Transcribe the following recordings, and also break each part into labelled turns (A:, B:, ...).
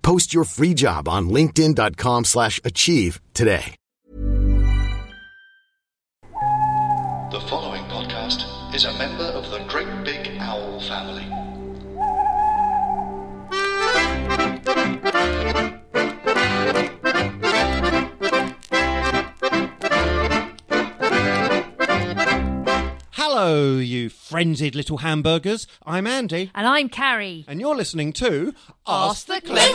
A: Post your free job on linkedin.com slash achieve today.
B: The following podcast is a member of the Great Big Owl family.
C: Hello, you frenzied little hamburgers. I'm Andy,
D: And I'm Carrie.
C: and you're listening to
D: Ask the Clever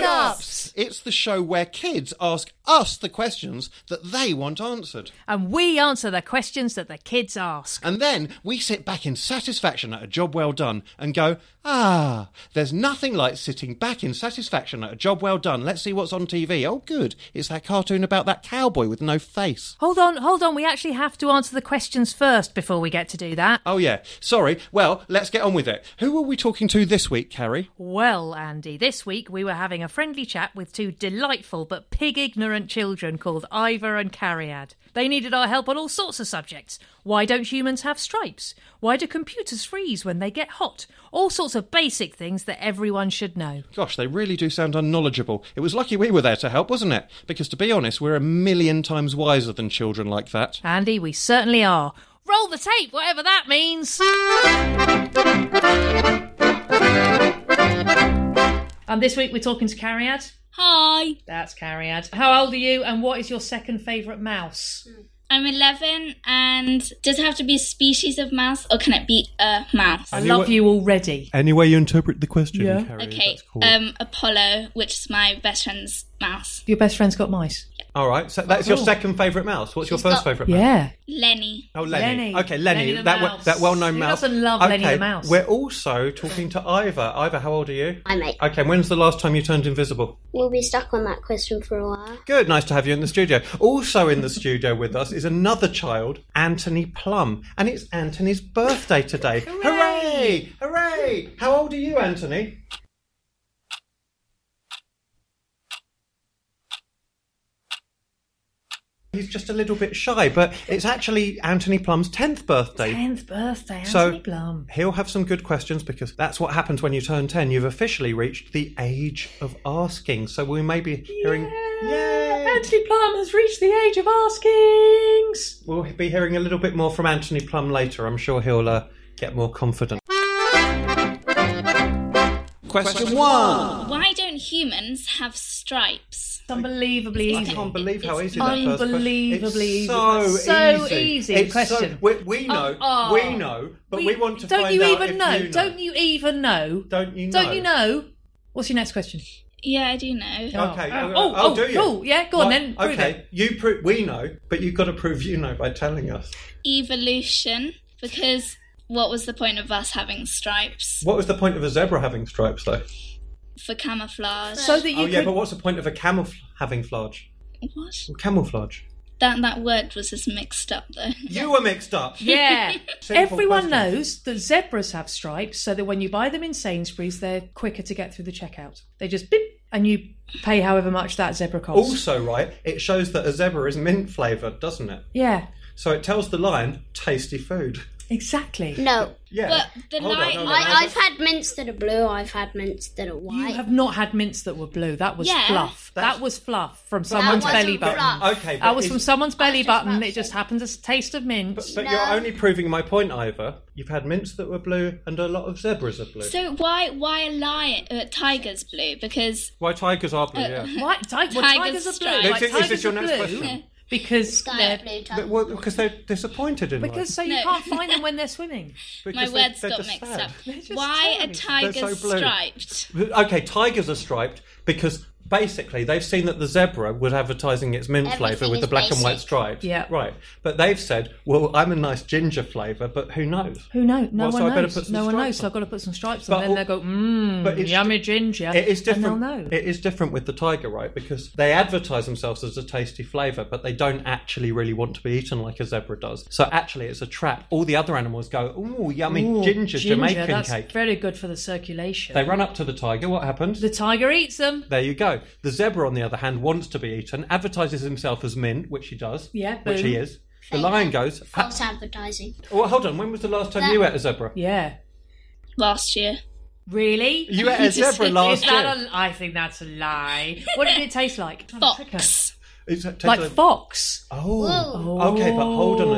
D: Grown-Ups.
C: It's the show where kids ask us the questions that they want answered.
D: And we answer the questions that the kids ask.
C: And then we sit back in satisfaction at a job well done and go, ah, there's nothing like sitting back in satisfaction at a job well done. Let's see what's on TV. Oh, good. It's that cartoon about that cowboy with no face.
D: Hold on, hold on. We actually have to answer the questions first before we get to do that.
C: Oh, yeah. Sorry. Well, let's get on with it. Who are we talking to this week, Carrie?
D: Well, Andy, this week we were having a friendly chat with two delightful but pig ignorant children called Ivor and Carriad. They needed our help on all sorts of subjects. Why don't humans have stripes? Why do computers freeze when they get hot? All sorts of basic things that everyone should know.
C: Gosh, they really do sound unknowledgeable. It was lucky we were there to help, wasn't it? Because to be honest, we're a million times wiser than children like that.
D: Andy, we certainly are. Roll the tape, whatever that means. And this week we're talking to Carriad.
E: Hi,
D: That's Carriad. How old are you and what is your second favourite mouse?
F: Hmm.
E: I'm 11, and does it have to be a species of mouse, or can it be a mouse?
D: I love you already.
F: Any way you interpret the question,
D: Yeah.
F: Carrie,
E: Okay,
F: that's cool.
E: um, Apollo, which is my best friend's mouse.
D: Your best friend's got mice.
F: All right, so that's your second favourite mouse. What's your
E: She's
F: first
E: got-
F: favourite mouse?
D: Yeah.
E: Lenny.
F: Oh, Lenny.
D: Lenny.
F: Okay, Lenny.
D: Lenny the
F: that
D: mouse.
F: that well-known
D: Who
F: mouse.
D: doesn't love Lenny the
F: Okay,
D: mouse?
F: We're also talking to Ivor. Ivor, how old are you?
G: I'm eight.
F: Okay, when's the last time you turned invisible?
G: We'll be stuck on that question for a while.
F: Good, nice to have you in the studio. Also in the studio with us is another child, Anthony Plum, and it's Anthony's birthday today. Hooray! Hooray! How old are you, Anthony? He's just a little bit shy, but it's actually Anthony Plum's 10th birthday.
D: 10th birthday, Anthony
F: So-
D: Blum.
F: He'll have some good questions because that's what happens when you turn 10. You've officially reached the age of asking. So we may be hearing. Yay!
D: Anthony Plum has reached the age of askings.
F: We'll be hearing a little bit more from Anthony Plum later. I'm sure he'll uh, get more confident. Question one.
E: Why don't humans have stripes?
D: It's unbelievably
F: I
D: easy.
F: can't believe how
E: It's
F: easy that first question.
D: unbelievably
F: it's
D: easy.
F: So
D: That's so
F: easy.
D: easy
F: It's
D: question.
F: So, we, we know.
D: Oh, oh.
F: We know. But we, want to
D: don't
F: find
D: you
F: out
D: even
F: if
D: know,
F: You know.
D: Don't you even know?
F: Don't you know?
D: Don't you know? What's your next question?
E: Yeah, I do know.
D: Oh.
F: Okay.
D: Oh,
F: oh,
D: oh,
F: do you?
D: cool. Yeah, go on then, prove
F: okay.
D: it.
F: You prove we know, but you've got to prove you know by telling us.
E: Evolution, because what was the point of us having stripes?
F: What was the point of a zebra having stripes, though?
E: For camouflage.
D: So that you
F: oh yeah,
D: could.
F: but what's the point of a camel f- having flage?
E: What?
F: Camouflage.
E: That, that word was just mixed up, though.
F: You were mixed up.
D: yeah.
F: Simple
D: Everyone
F: question.
D: knows that zebras have stripes, so that when you buy them in Sainsbury's, they're quicker to get through the checkout. They just beep, and you pay however much that zebra costs.
F: Also, right, it shows that a zebra is mint flavoured, doesn't it?
D: yeah,
F: So it tells the lion, tasty food.
D: exactly.
G: No.
F: Yeah.
E: But the
F: Hold on,
E: lion-
F: hold on.
G: I, I've had mints that are blue, I've had mints that are white.
D: You have not had mints that were blue. That was
E: Yeah.
D: fluff.
F: That's-
D: that was fluff from someone's
G: wasn't
D: belly button.
G: fluff.
F: Okay,
D: That
F: but
D: was
F: is-
D: from someone's belly
G: just
D: button.
G: about
D: It just happened to taste of mint.
F: But, but
G: No.
F: you're only proving my point, Ivor. You've had mints that were blue, and a lot of zebras are blue.
E: So why why are lion uh, tigers blue? Because
F: Why tigers are blue?
E: Uh,
F: yeah.
D: Why, ti- well,
E: Tigers
D: tigers are
E: stripes.
D: blue. Like,
F: Is this- is
D: tigers
F: this your
D: are
F: next
D: blue.
F: question?
H: because
G: Sky
H: they're-
G: blue top.
F: But, well, because they're disappointed in
D: Because
F: life.
D: so you
E: No.
D: can't find them when they're swimming.
E: My
F: Because they-
E: words
F: they're
E: got
F: just
E: mixed
F: sad.
E: up.
D: just
E: Why are
D: tiny.
F: They're
E: tigers
F: so blue.
E: striped?
F: Okay, tigers are striped because basically they've seen that the zebra was advertising its mint
G: Everything
F: flavour with the
G: is
F: black and white
G: basic.
F: stripes.
D: Yeah.
F: Right. But they've said, well, I'm a nice ginger flavour, but who knows?
D: Who knows? No
F: Well,
D: one
F: so I better put
D: knows.
F: some
D: No one
F: stripes
D: knows. So
F: on.
D: I've got to put some stripes
F: But
D: on. Then
F: all-
D: they go, mmm,
F: But it's-
D: yummy ginger.
F: It is different.
D: And they'll know.
F: It is different with the tiger, right? Because they advertise themselves as a tasty flavour, but they don't actually really want to be eaten like a zebra does. So actually, it's a trap. All the other animals go, "Ooh, yummy
D: Ooh,
F: ginger, Jamaican
D: that's
F: cake."
D: very good for the circulation.
F: They run up to the tiger. What happens?
D: the tiger eats them.
F: There you go. The zebra, on the other hand, wants to be eaten, advertises himself as mint, which he does.
D: Yeah,
F: Which
D: boom.
F: he is. The lion goes, "Ha-
G: False advertising.
F: Well, hold on. When was the last time
G: That-
F: you ate a zebra?
D: Yeah.
E: Last year,
D: Really?
F: You ate a zebra
D: Is
F: last
D: that
F: year.
D: a, I think that's a lie. What did it taste like?
E: fox.
F: It's- it tastes
D: Like
F: like-
D: fox.
F: Oh.
G: Whoa.
F: Okay, but hold on.
D: Oh.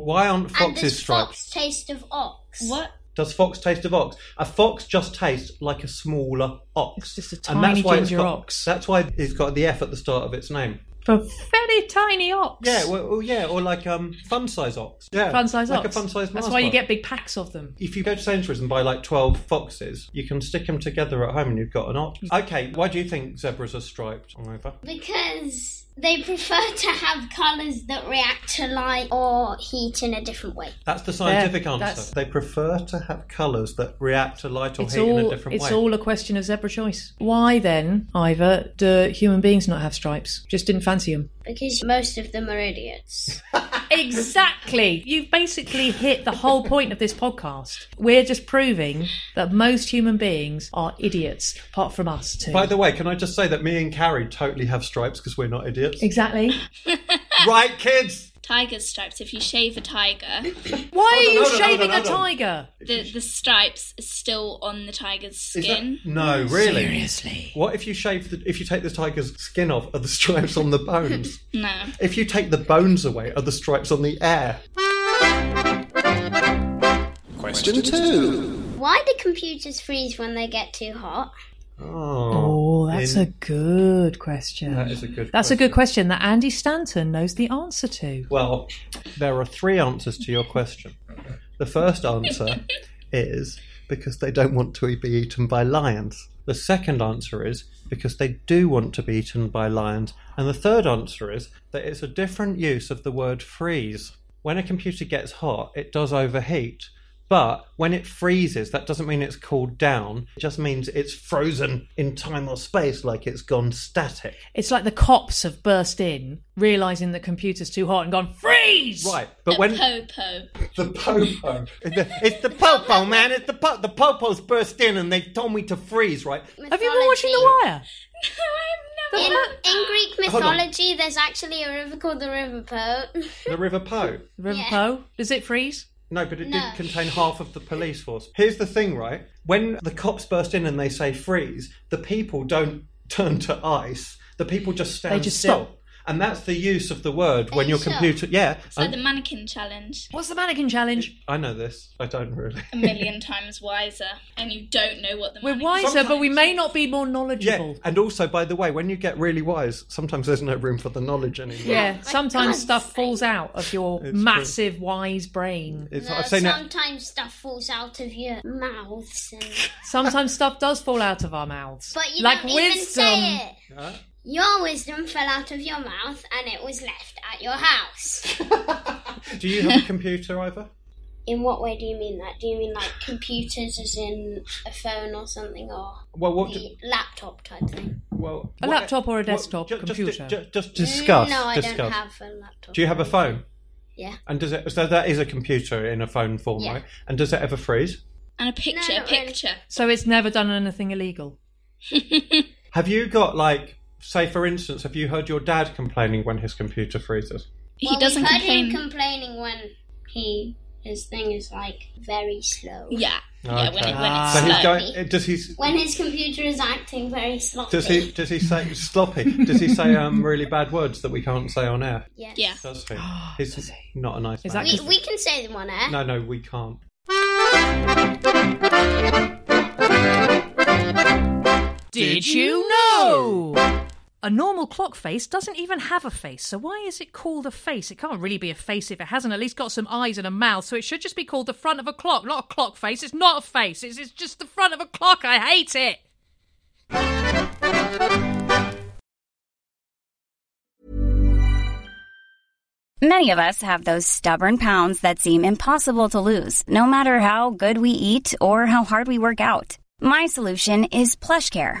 F: A, why aren't
G: and does
F: foxes striped?
G: fox taste of ox?
E: What?
F: Does fox taste of ox? A fox just tastes like a smaller ox.
D: It's just a
F: and that's
D: tiny
F: why it's
D: ginger
F: got-
D: ox.
F: That's why it's got the F at the start of its name.
D: For very tiny ox.
F: Yeah, well, oh, yeah, or like um, fun size ox. Yeah,
D: Fun size
F: like
D: ox.
F: a fun size.
D: That's why you get big packs of them.
F: If you go to Sainsbury's and buy like twelve foxes, you can stick them together at home, and you've got an ox.
D: Mm.
F: Okay, why do you think zebras are striped? Over.
G: Because they prefer to have colours that react to light or heat in a different way.
F: That's the scientific
D: There,
F: answer.
D: that's-
F: They prefer to have colours that react to light or
D: It's
F: heat
D: all,
F: in a different
D: it's
F: way.
D: all a question of zebra choice. Why then, Ivor, do human beings not have stripes? Just didn't fancy them.
G: Because most of them are idiots.
D: Exactly. You've basically hit the whole point of this podcast. We're just proving that most human beings are idiots, apart from us too.
F: By the way, can I just say that me and Carrie totally have stripes because we're not idiots?
D: exactly.
F: right, kids.
E: Tiger's stripes. If you shave a tiger,
D: Why are
F: Hold
D: you
F: on, hold on, hold on,
D: shaving a
F: hold on.
D: tiger?
E: the the stripes are still on the tiger's
F: Is that-
E: skin.
F: no, really.
D: Seriously.
F: What if you shave the, if you take the tiger's skin off? Are the stripes on the bones?
E: No.
F: if you take the bones away, are the stripes on the air?
B: Question two.
G: Why do computers freeze when they get too hot?
F: Oh,
D: Oh, that's
F: in-
D: a good question.
F: that is a good.
D: That's a good question that Andy Stanton knows the answer to.
F: Well, there are three answers to your question. The first answer is because they don't want to be eaten by lions. The second answer is because they do want to be eaten by lions. And the third answer is that it's a different use of the word freeze. When a computer gets hot, it does overheat. But when it freezes, that doesn't mean it's cooled down. It just means it's frozen in time or space, like it's gone static.
D: It's like the cops have burst in, realizing the computer's too hot and gone, freeze!
F: Right, but
E: the
F: when
E: popo.
F: The popo. it's the popo, man. It's the po- the popos burst in and they told me to freeze. Right?
D: Have you been watching The Wire?
E: No,
D: The
E: I've
G: In,
E: never.
D: Wire-
G: in Greek
F: Hold on.
G: mythology, there's actually a river called the River Pope.
F: The River Po.
D: The River
G: Yeah.
D: Poe? Does it freeze?
F: No, but it
G: No.
F: did contain half of the police force. Here's the thing, right? When the cops burst in and they say freeze, the people don't turn to ice. The people just stand
D: just
F: still.
D: stop.
F: And that's the use of the word when
G: you
F: your
G: sure?
F: computer. Yeah.
E: So
F: and-
E: the mannequin challenge.
D: What's the mannequin challenge?
F: I know this. I don't really.
E: A million times wiser, and you don't know what the
D: We're
E: mannequin
D: wiser, but we
E: challenge
D: may
E: is.
D: not be more knowledgeable.
F: Yeah. And also, by the way, when you get really wise, sometimes there's no room for the knowledge anymore.
D: Yeah, sometimes
G: God's
D: stuff
G: sake.
D: falls out of your
F: It's true.
D: massive wise brain.
F: It's,
G: No,
F: I've seen that.
G: Uh, sometimes stuff falls out of your mouths, and,
D: Sometimes stuff does fall out of our mouths.
G: but you
D: like
G: don't
D: wisdom.
G: even say it.
F: Huh?
G: Your wisdom fell out of your mouth, and it was left at your house.
F: Do you have a computer, Ivor?
G: In what way do you mean that? Do you mean like computers, as in a phone or something, or
F: Well, what? Do,
G: the laptop type thing?
F: well,
D: A
F: what-
D: laptop or a desktop
F: ju- just,
D: computer?
F: Just, just discuss.
G: No, I
F: discuss.
G: don't have a laptop.
F: Do you have a phone?
G: Yeah.
F: And does it? So that is a computer in a phone form,
G: Yeah.
F: right? And does it ever freeze?
E: And a picture,
G: No,
E: a
G: not really.
E: picture.
D: So it's never done anything illegal.
F: Have you got like, say, for instance, have you heard your dad complaining when his computer freezes?
E: He
G: Well,
E: doesn't
G: we've heard
E: complain.
G: him complaining when he his thing is like very slow.
E: yeah, yeah. When,
F: Okay.
E: it, when it's
F: Ah. so he's
E: slow.
F: going. eh, Does he?
G: When his computer is acting very sloppy.
F: Does he? Does he say sloppy? Does he say um really bad words that we can't say on air?
G: Yes.
E: Yeah.
F: Does he? He's not a nice
D: Oh, Is
F: man.
D: that-
G: We, we can say eh? them on air.
F: No, no, we can't.
D: Did you know? A normal clock face doesn't even have a face, so why is it called a face? It can't really be a face if it hasn't at least got some eyes and a mouth, so it should just be called the front of a clock, not a clock face. It's not a face, it's, it's just the front of a clock. I hate it.
H: Many of us have those stubborn pounds that seem impossible to lose, no matter how good we eat or how hard we work out. My solution is PlushCare.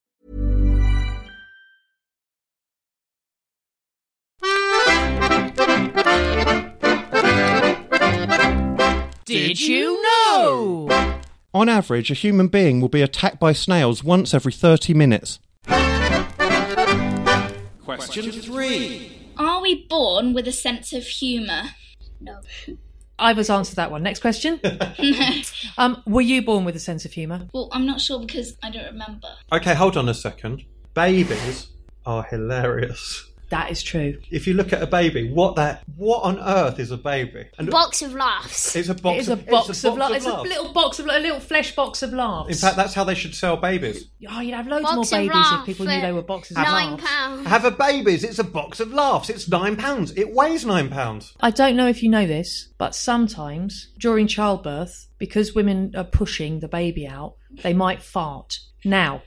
D: Did you know?
C: On average, a human being will be attacked by snails once every 30 minutes. Question three.
E: Are we born with a sense of humour? No.
D: Ivor's answered that one. Next question. um, were you born with a sense of humour?
E: Well, I'm not sure because I don't remember.
F: Okay, hold on a second. Babies are hilarious.
D: That is true.
F: If you look at a baby, what that what on earth is a baby? And
G: Box of laughs.
F: it's a box.
D: it is a
F: of,
D: box
F: it's
D: of, laughs. It's a
F: laughs.
D: little box of a little flesh box of laughs.
F: In fact, that's how they should sell babies.
D: oh, you'd have loads
G: Box
D: more
G: of
D: babies if
G: laughs
D: people knew
G: for
D: they were boxes of
G: Nine
D: laughs.
G: pounds.
F: Have a babies. It's a box of laughs. It's nine pounds. It weighs nine pounds.
D: I don't know if you know this, but sometimes during childbirth, because women are pushing the baby out, they might fart. Now,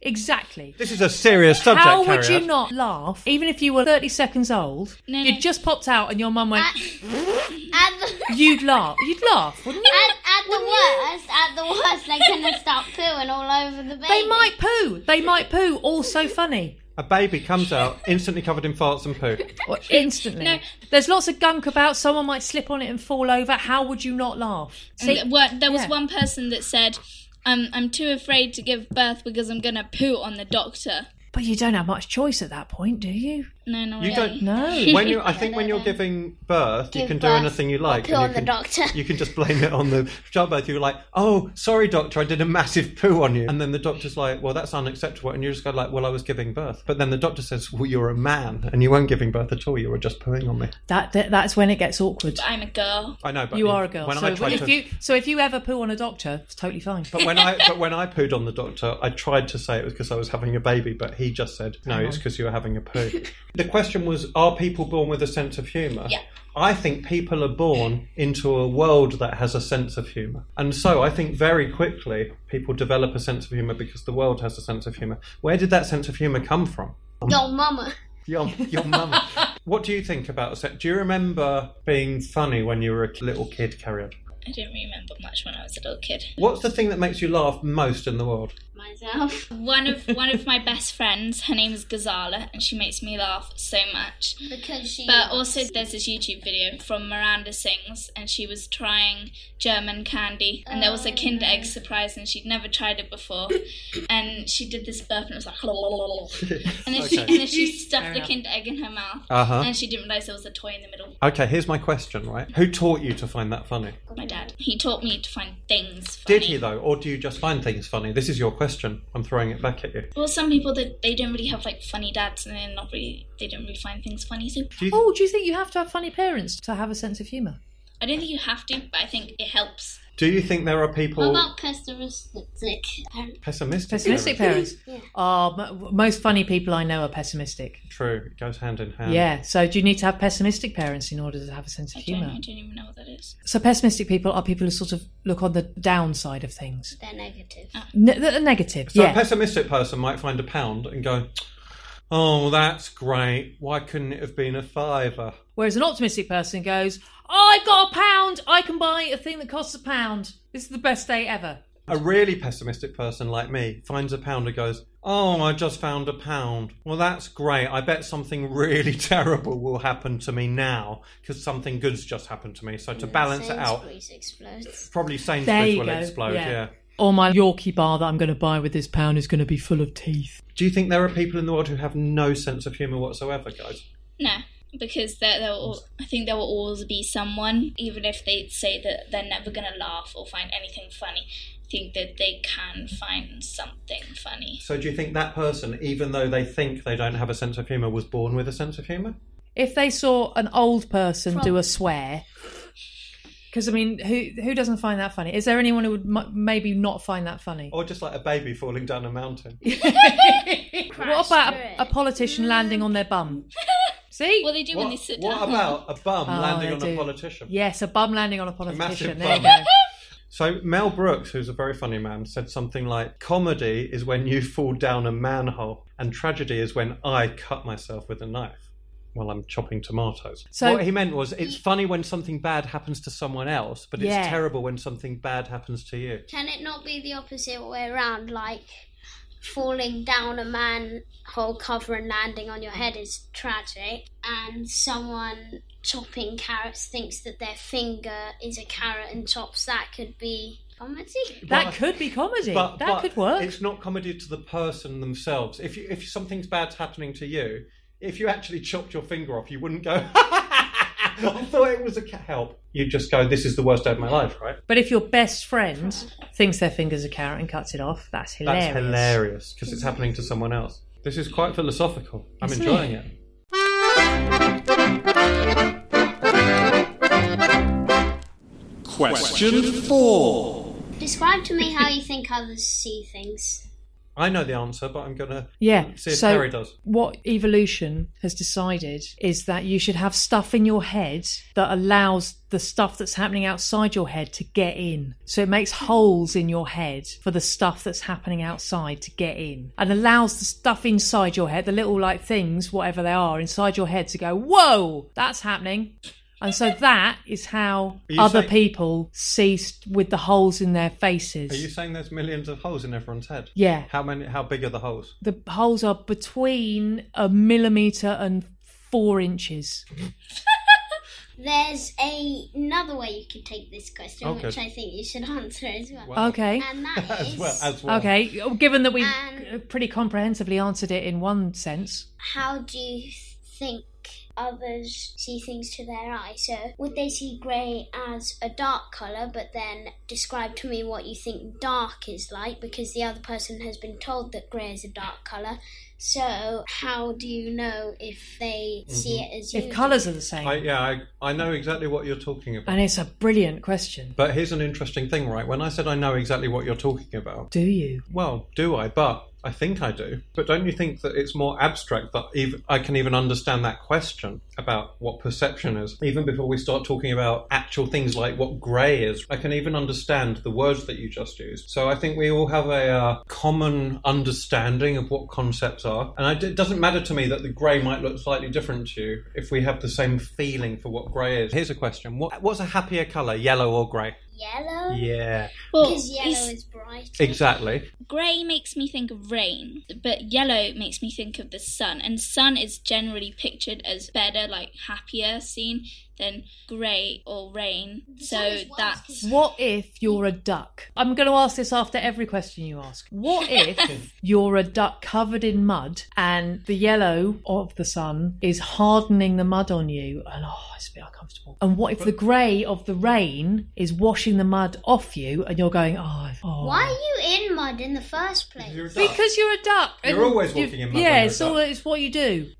D: exactly.
F: This is a serious subject.
D: How would you
F: Harriet.
D: not laugh, even if you were 30 seconds old?
E: No,
D: you'd
E: no.
D: just popped out and your mum went,
G: At the,
D: you'd laugh. You'd laugh, wouldn't you?
G: at, at the worst, at the worst, they're gonna start pooing all over the baby.
D: They might poo. They might poo. Also funny.
F: A baby comes out instantly covered in farts and poo.
D: Or instantly.
E: No.
D: There's lots of gunk about. Someone might slip on it and fall over. How would you not laugh? See,
E: And what- there was
D: yeah.
E: one person that said, um, I'm too afraid to give birth because I'm going to poo on the doctor.
D: but you don't have much choice at that point, do you?
E: No, not
F: You
E: really.
F: don't
D: No.
F: When you, I think when you're giving birth, you
G: Give
F: can do
G: birth
F: anything you
G: or
F: like.
G: poo
F: and you
G: on the
F: can-
G: doctor.
F: You can just blame it on the childbirth. You're like, oh, sorry, doctor, I did a massive poo on you. And then the doctor's like, well, that's unacceptable. And you're just kind of like, well, I was giving birth. But then the doctor says, well, you're a man and you weren't giving birth at all. You were just pooing on me.
D: That, that that's when it gets awkward.
E: I'm a girl.
F: I know, but
D: You are a girl.
F: When
D: So
F: I tried
D: if
F: to,
D: you so if you ever poo on a doctor, it's totally fine.
F: But when I but when I pooed on the doctor, I tried to say it was because I was having a baby, but he just said, "No, it's because you were having a poo." the question was, are people born with a sense of humour?
E: Yeah.
F: I think people are born into a world that has a sense of humour, and so I think very quickly people develop a sense of humour because the world has a sense of humour. Where did that sense of humour come from?
G: Your mama.
F: Your your mum. What do you think about a sen- Do you remember being funny when you were a little kid, Carrion?
E: I don't remember much when I was a little kid.
F: What's the thing that makes you laugh most in the world?
G: Myself.
E: One of one of my best friends, her name is Gazala, and she makes me laugh so much.
G: Because she.
E: But also, there's this YouTube video from Miranda Sings, and she was trying German candy, and there was a Kinder Egg surprise, and she'd never tried it before. and she did this burp, and it was like, and then she, and then she stuffed the Kinder Egg in her mouth,
F: Uh-huh.
E: and she didn't realize there was a toy in the middle.
F: Okay, here's my question, right? Who taught you to find that funny?
E: My dad, he taught me to find things. Funny.
F: Did he though, or do you just find things funny? This is your question. I'm throwing it back at you.
E: Well, some people that they don't really have like funny dads, and they're not really they don't really find things funny. So
F: Do you
D: Oh, do you think you have to have funny parents to have a sense of humour?
E: I don't think you have to, but I think it helps.
F: Do you think there are
G: What
F: people
G: about pessimistic parents?
F: pessimistic?
D: Pessimistic
F: parents?
D: parents. Oh, m- most funny people I know are pessimistic.
F: True, it goes hand in hand.
D: yeah. So do you need to have pessimistic parents in order to have a sense
E: I
D: of
E: don't, I
D: humour?
E: don't even know what that is.
D: So pessimistic people are people who sort of look on the downside of things.
G: They're negative.
D: Ne- that are negative.
F: So a
D: yeah.
F: pessimistic person might find a pound and go, "Oh, that's great. Why couldn't it have been a fiver?
D: Whereas an optimistic person goes, "I've got a pound. I can buy a thing that costs a pound. This is the best day ever."
F: A really pessimistic person like me finds a pound and goes, "Oh, I just found a pound. Well, that's great. I bet something really terrible will happen to me now because something good's just happened to me. So to balance it out,
G: Sainsbury's explodes.
F: probably
D: There
F: Sainsbury's
D: you
F: will
D: go.
F: explode."
D: Yeah.
F: yeah.
D: Or my Yorkie bar that I'm going to buy with this pound is going to be full of teeth.
F: Do you think there are people in the world who have no sense of humour whatsoever, guys?
E: No, because there, there will, I think there will always be someone, even if they say that they're never gonna laugh or find anything funny, think that they can find something funny.
F: So do you think that person, even though they think they don't have a sense of humour, was born with a sense of humour?
D: If they saw an old person do a swear, because I mean, who who doesn't find that funny? Is there anyone who would m- maybe not find that funny?
F: Or just like a baby falling down a mountain?
D: what about a, a politician landing on their bum? See?
E: Well, they do when
F: what
E: they sit
F: what
E: down.
F: about a bum
D: Oh,
F: landing
D: they
F: on a
D: do.
F: politician?
D: Yes, a bum landing on a
F: A
D: politician.
F: massive
D: There you
F: bum.
D: go.
F: So Mel Brooks, who's a very funny man, said something like, "Comedy is when you fall down a manhole, and tragedy is when I cut myself with a knife." While I'm chopping tomatoes.
D: So-
F: what he meant was, it's funny when something bad happens to someone else, but it's
D: Yeah.
F: terrible when something bad happens to you.
G: Can it not be the opposite way around? Like falling down a manhole cover and landing on your head is tragic, and someone chopping carrots thinks that their finger is a carrot and chops that could be comedy.
D: That
F: But-
D: could be comedy.
F: But-
D: that
F: but
D: could work.
F: It's not comedy to the person themselves. If you, if something's bad's happening to you, if you actually chopped your finger off, you wouldn't go. I thought it was a ca- help. You'd just go. This is the worst day of my life, right?
D: But if your best friend thinks their finger's a carrot and cuts it off, that's hilarious.
F: That's hilarious because it's happening to someone else. This is quite philosophical. I'm
D: Isn't
F: enjoying
D: it?
F: it?
B: Question 4.
G: Describe to me how you think others see things.
F: I know the answer, but I'm gonna
D: Yeah.
F: Um, see if
D: so
F: Terry does.
D: what evolution has decided is that you should have stuff in your head that allows the stuff that's happening outside your head to get in. So it makes holes in your head for the stuff that's happening outside to get in and allows the stuff inside your head, the little like things, whatever they are, inside your head to go, whoa, that's happening. And so that is how
F: Are you
D: other
F: saying-
D: people ceased with the holes in their faces.
F: Are you saying there's millions of holes in everyone's head?
D: Yeah.
F: How many? How big are the holes?
D: the holes are between a millimeter and four inches.
G: There's a, another way you could take this question,
F: Okay.
G: which I think you should answer as well.
F: Wow.
D: Okay.
G: And that
F: as
G: is
F: well as well.
D: Okay, given that we uh,
G: Um,
D: pretty comprehensively answered it in one sense.
G: how do you think others see things to their eye? So, would they see grey as a dark colour, but then describe to me what you think dark is like because the other person has been told that grey is a dark colour. So, how do you know if they see it as you?
D: Mm-hmm. If
G: do?
D: colours are the same.
F: I, yeah, I, I know exactly what you're talking about.
D: and it's a brilliant question.
F: But here's an interesting thing, right? When I said I know exactly what you're talking about,
D: Do you?
F: well, do I? But I think I do. But don't you think that it's more abstract that ev I can even understand that question about what perception is, even before we start talking about actual things like what grey is? I can even understand the words that you just used. So I think we all have a uh, common understanding of what concepts are, and I d it doesn't matter to me that the grey might look slightly different to you if we have the same feeling for what grey is. Here's a question: what, What's a happier colour, yellow or grey?
G: yellow?
F: Yeah,
E: Well,
G: Because yellow
E: it's-
G: is bright.
F: exactly.
E: Grey makes me think of rain, but yellow makes me think of the sun. And sun is generally pictured as better, like happier seen than grey or rain.
G: sun
E: So
G: is worse
E: that's
G: 'cause-
D: What if you're a duck? I'm going to ask this after every question you ask. What if you're a duck covered in mud and the yellow of the sun is hardening the mud on you and oh, it's a bit uncomfortable? And what if the grey of the rain is washing the mud off you and you're going, oh, oh.
G: Why are you in mud in the first place?
F: You're a duck.
D: Because you're a duck.
F: You're
D: and
F: always
D: you've-
F: walking in mud when
D: Yeah,
F: you're a
D: it's, all,
F: duck.
D: it's what you do.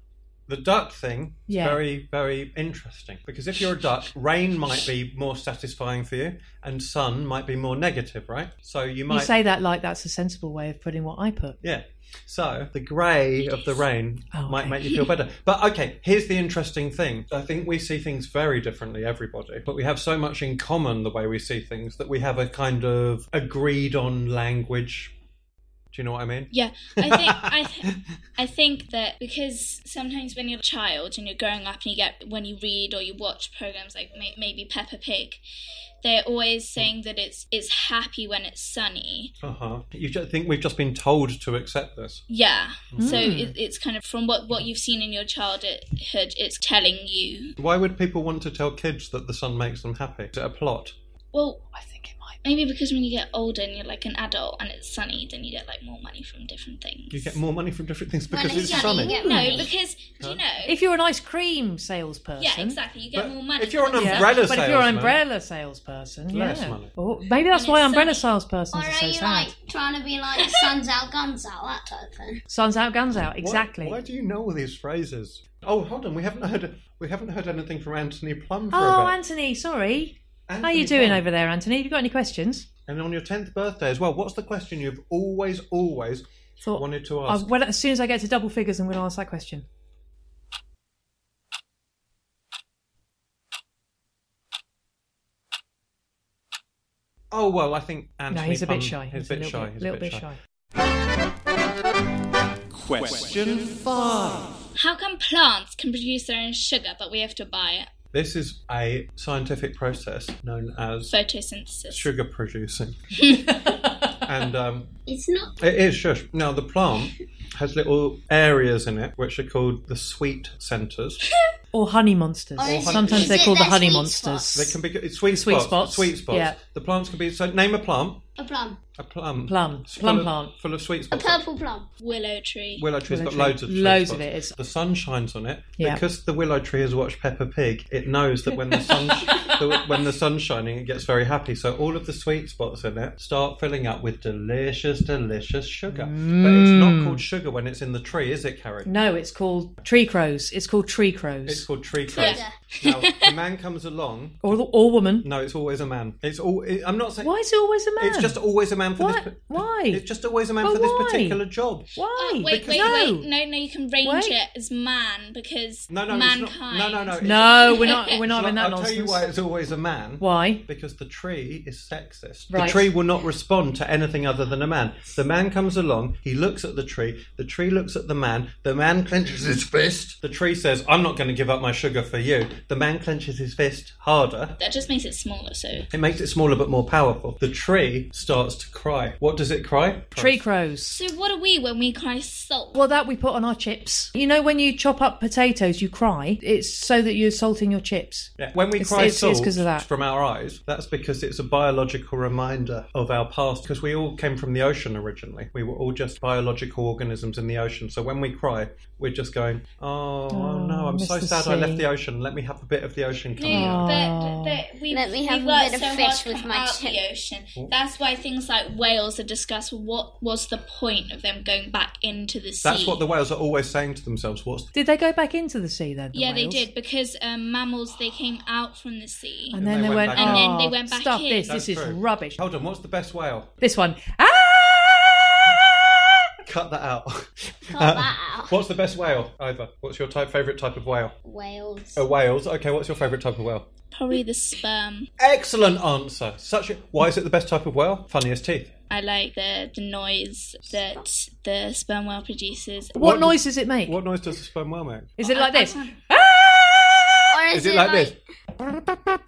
F: The duck thing is
D: Yeah.
F: very, very interesting because if you're a duck, rain might be more satisfying for you and sun might be more negative, right? So you might.
D: You say that like that's a sensible way of putting what I put.
F: Yeah. So the grey of the rain
D: Oh,
F: might
D: okay.
F: make you feel better. But okay, here's the interesting thing. I think we see things very differently, everybody. But we have so much in common the way we see things that we have a kind of agreed on language. Do you know what I mean?
E: Yeah, I think I, th- I think that because sometimes when you're a child and you're growing up and you get when you read or you watch programs like may- maybe Peppa Pig, they're always saying that it's it's happy when it's sunny.
F: Uh huh. You just think we've just been told to accept this.
E: Yeah, so it, it's kind of from what what you've seen in your childhood, it's telling you.
F: Why would people want to tell kids that the sun makes them happy? Is it a plot?
E: Well,
D: I think it might.
E: maybe because when you get older and you're like an adult and it's sunny, then you get like more money from different things.
F: You get more money from different things
G: When
F: because
G: it's
F: it's
G: sunny,
F: sunny.
G: you
D: Hmm.
G: get
E: no,
G: money.
E: because do you know?
D: If you're an ice cream salesperson,
E: yeah, exactly. You get
F: But
E: more money.
F: if you're an
E: from-
D: Yeah.
F: Umbrella
D: but if you're an
F: salesman.
D: umbrella salesperson,
F: Less
D: yeah.
F: money.
D: Oh, maybe that's
E: And
D: why
E: it's
D: umbrella
E: sunny.
G: Or
D: salespersons are
G: um, are
D: so
G: you
D: sad.
G: like trying to be like suns out, guns out, that type of thing?
D: Sun's out, guns out.
F: Why-
D: Exactly.
F: Why, do you know all these phrases? Oh, hold on. We haven't heard. We haven't heard anything from Anthony Plum for a
D: oh,
F: bit.
D: Anthony, sorry. How
F: Anthony
D: you doing
F: Plum.
D: over there, Anthony? Have you got any questions?
F: And on your tenth birthday as well. What's the question you've always, always
D: Thought-
F: wanted to ask?
D: Uh, well, as soon as I get to double figures, I'm going to ask that question.
F: oh well, I think Anthony.
D: no, he's a
F: Plum,
D: bit shy.
F: He's a bit
D: little
F: shy.
D: bit-
F: He's
D: little bit shy.
E: How come plants can produce their own sugar, but we have to buy it?
F: This is a scientific process known as
E: Photosynthesis.
F: sugar producing, and um,
G: It's not.
F: It is shush. Now the plant has little areas in it which are called the sweet centres.
D: Or honey monsters.
G: Or Oh, is
F: it-
D: Sometimes
G: is
D: they're
G: it
D: called the
G: their
D: honey
G: sweet
D: monsters.
F: They can be it's sweet,
D: Sweet
F: spots.
D: spots,
F: Sweet spots.
D: yeah.
F: The plants can be so. Name a plant.
G: A plum.
F: A plum.
D: Plum.
F: It's
D: Plum
F: full of-
D: plant.
F: Full of sweet
G: A
F: spots.
G: purple plum.
E: Willow tree.
F: Willow tree's
D: Willow
F: got
D: tree.
F: loads of sweet
D: Loads
F: spots.
D: of it is-
F: The sun shines on it
D: Yeah.
F: because the willow tree has watched Peppa Pig. It knows that when the sun the, when the sun's shining, it gets very happy. So all of the sweet spots in it start filling up with delicious, delicious sugar. But it's
D: Mmm.
F: not called sugar when it's in the tree, is it, Carrie?
D: No, it's called tree crows. It's called tree crows.
F: It's called tree crows. now, a man comes along.
D: or, or woman.
F: No, it's always a man. It's all. I'm not saying.
D: Why is it always a man?
F: It's just always a man for
D: Why-
F: this. pa-
D: why?
F: It's just always a man
D: But
F: for this
D: why?
F: particular job.
D: Why?
E: Oh, wait,
D: Because-
E: wait,
D: no.
E: wait. No, no, you can range
D: Wait.
E: it as man because
F: No, no, it's
E: mankind.
F: not- no, no, no. It's-
D: No, we're not. We're
F: Shall
D: not
F: I-
D: having that
F: I'll
D: nonsense.
F: tell you why it's always a man.
D: Why?
F: Because the tree is sexist.
D: Right.
F: The tree will not respond to anything other than a man. The man comes along, he looks at the tree, the tree looks at the man, the man clenches his fist. The tree says, I'm not going to give up my sugar for you. The man clenches his fist harder.
E: That just makes it smaller, so.
F: It makes it smaller but more powerful. The tree starts to cry. What does it cry?
D: Tree crows.
E: So what are we when we cry salt?
D: Well, that we put on our chips. You know, when you chop up potatoes, you cry. It's so that you're salting your chips.
F: Yeah, When we
D: It's-
F: cry
D: it's- it's
F: salt
D: 'cause of that.
F: from our eyes, that's because it's a biological reminder of our past. Because we all came from the ocean originally. We were all just biological organisms in the ocean. So when we cry, we're just going, "Oh,
D: Oh,
F: no,
D: I
F: I'm
D: miss
F: so
D: the
F: sad. I left
D: sea."
F: the ocean. Let me have a bit of the ocean coming
E: No,
F: out."
E: but, but we,
G: Let me
E: we
G: have a
E: work
G: bit of
E: so
G: fish
E: hard to
G: with
E: come
G: my
E: out
G: chip.
E: the ocean. That's why things like whales are discussed. What was the point of them going back into the sea?
F: That's what the whales are always saying to themselves. What's
D: Did they go back into the sea then? the
E: yeah,
D: whales?
E: they did because um, mammals they came out from the sea.
D: And then they, went.
F: back in.
D: oh,
E: And then they went back
D: Stuff
E: in.
D: this.
F: That's
D: this is
F: true.
D: rubbish.
F: Hold on. What's the best whale?
D: This one. Ah!
F: Cut that out. Um,
G: Cut that out.
F: What's the best whale, Ivor? What's your type favorite type of whale?
G: Whales.
F: Uh, whales. Okay. What's your favorite type of whale?
E: Probably the sperm.
F: Excellent answer. Such. A, why is it the best type of whale? Funniest teeth.
E: I like the the noise that the sperm whale produces.
D: What,
F: What-
D: noise does it make?
F: What noise does a sperm whale make?
D: Is it like
E: I- I
D: this?
E: can't-
G: Or is,
F: Is, it like, this?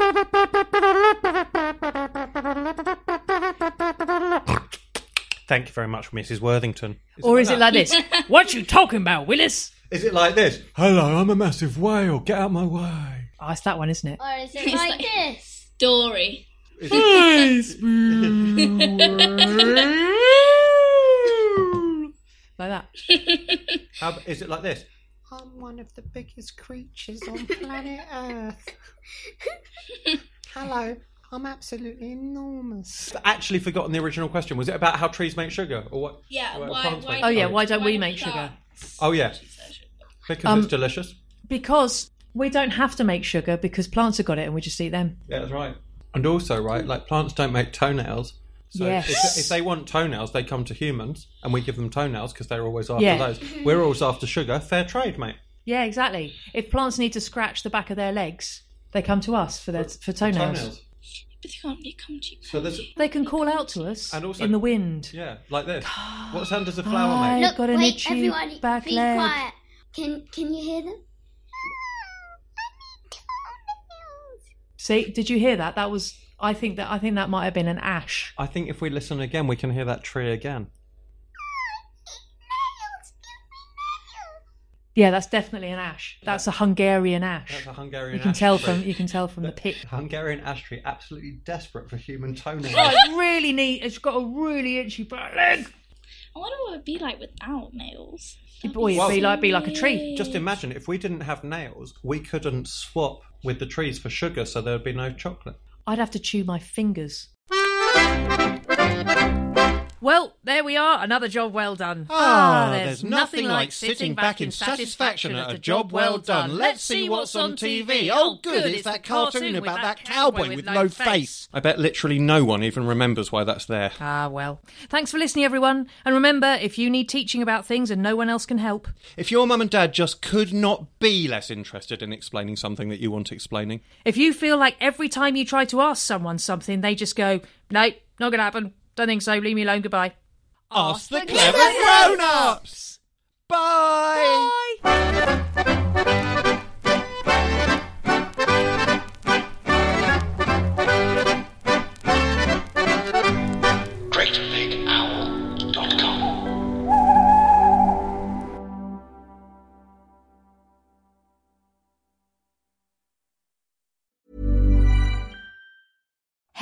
F: Thank you very much, Mrs. Worthington.
D: or is it like this? what you talking about, Willis?
F: Is it like this? Hello, I'm a massive whale. Get out my way.
D: Oh, it's that one, isn't it?
G: Or is it
E: It's
G: like,
E: like-
G: this?
E: Dory.
F: Is it,
D: Like that.
F: how, is it like this?
I: I'm one of the biggest creatures on planet Earth. Hello, I'm absolutely enormous.
F: I've actually forgotten the original question. Was it about how trees make sugar or what?
E: Yeah.
F: Well,
E: why?
F: plants
E: why
F: make
D: Oh yeah.
F: Sorry.
D: Why don't we
E: do
D: make sugar?
E: plants-
F: Oh yeah. Because
D: Um,
F: it's delicious.
D: Because we don't have to make sugar because plants have got it and we just eat them.
F: Yeah, that's right. And also, right, like plants don't make toenails. So
D: Yes.
F: if, if they want toenails, they come to humans and we give them toenails because they're always after
D: Yeah.
F: those. We're always after sugar. Fair trade, mate.
D: Yeah, exactly. If plants need to scratch the back of their legs, they come to us for their for toenails.
E: But they can't really come to you.
F: So there's.
D: They can call out to us
F: And also-
D: in the wind.
F: Yeah, like this. What sound does a flower
D: I've
F: make?
D: Look, got an
J: wait,
D: itchy
J: everyone,
D: back
J: be
D: leg.
J: quiet. Can can you hear them?
D: See, did you hear that? That was I think that I think that might have been an ash.
F: I think if we listen again, we can hear that tree again.
D: Yeah, that's definitely an ash. That's a Hungarian ash.
F: That's a Hungarian
D: you can
F: ash
D: tell
F: tree.
D: from you can tell from the pic.
F: Hungarian ash tree, absolutely desperate for human toenails.
D: Oh, it's really neat. It's got a really itchy back leg.
E: I wonder what it would be like without nails.
D: Boy, it'd be like be like a tree.
F: Just imagine if we didn't have nails, we couldn't swap with the trees for sugar, so there'd be no chocolate.
D: I'd have to chew my fingers. Well, there we are. Another job well done.
A: Ah, there's nothing like sitting back in satisfaction at a job well done. Let's see what's on TV. Oh, good, it's that cartoon about that cowboy with no face.
F: I bet literally no one even remembers why that's there.
D: Ah, well. Thanks for listening, everyone. And remember, if you need teaching about things and no one else can help,
A: If your mum and dad just could not be less interested in explaining something that you want explaining,
D: if you feel like every time you try to ask someone something, they just go, nope, not going to happen. Don't think so. Leave me alone. Goodbye.
A: ask the
D: clever
A: clever grown ups! Bye!
B: GreatBigOwl.com.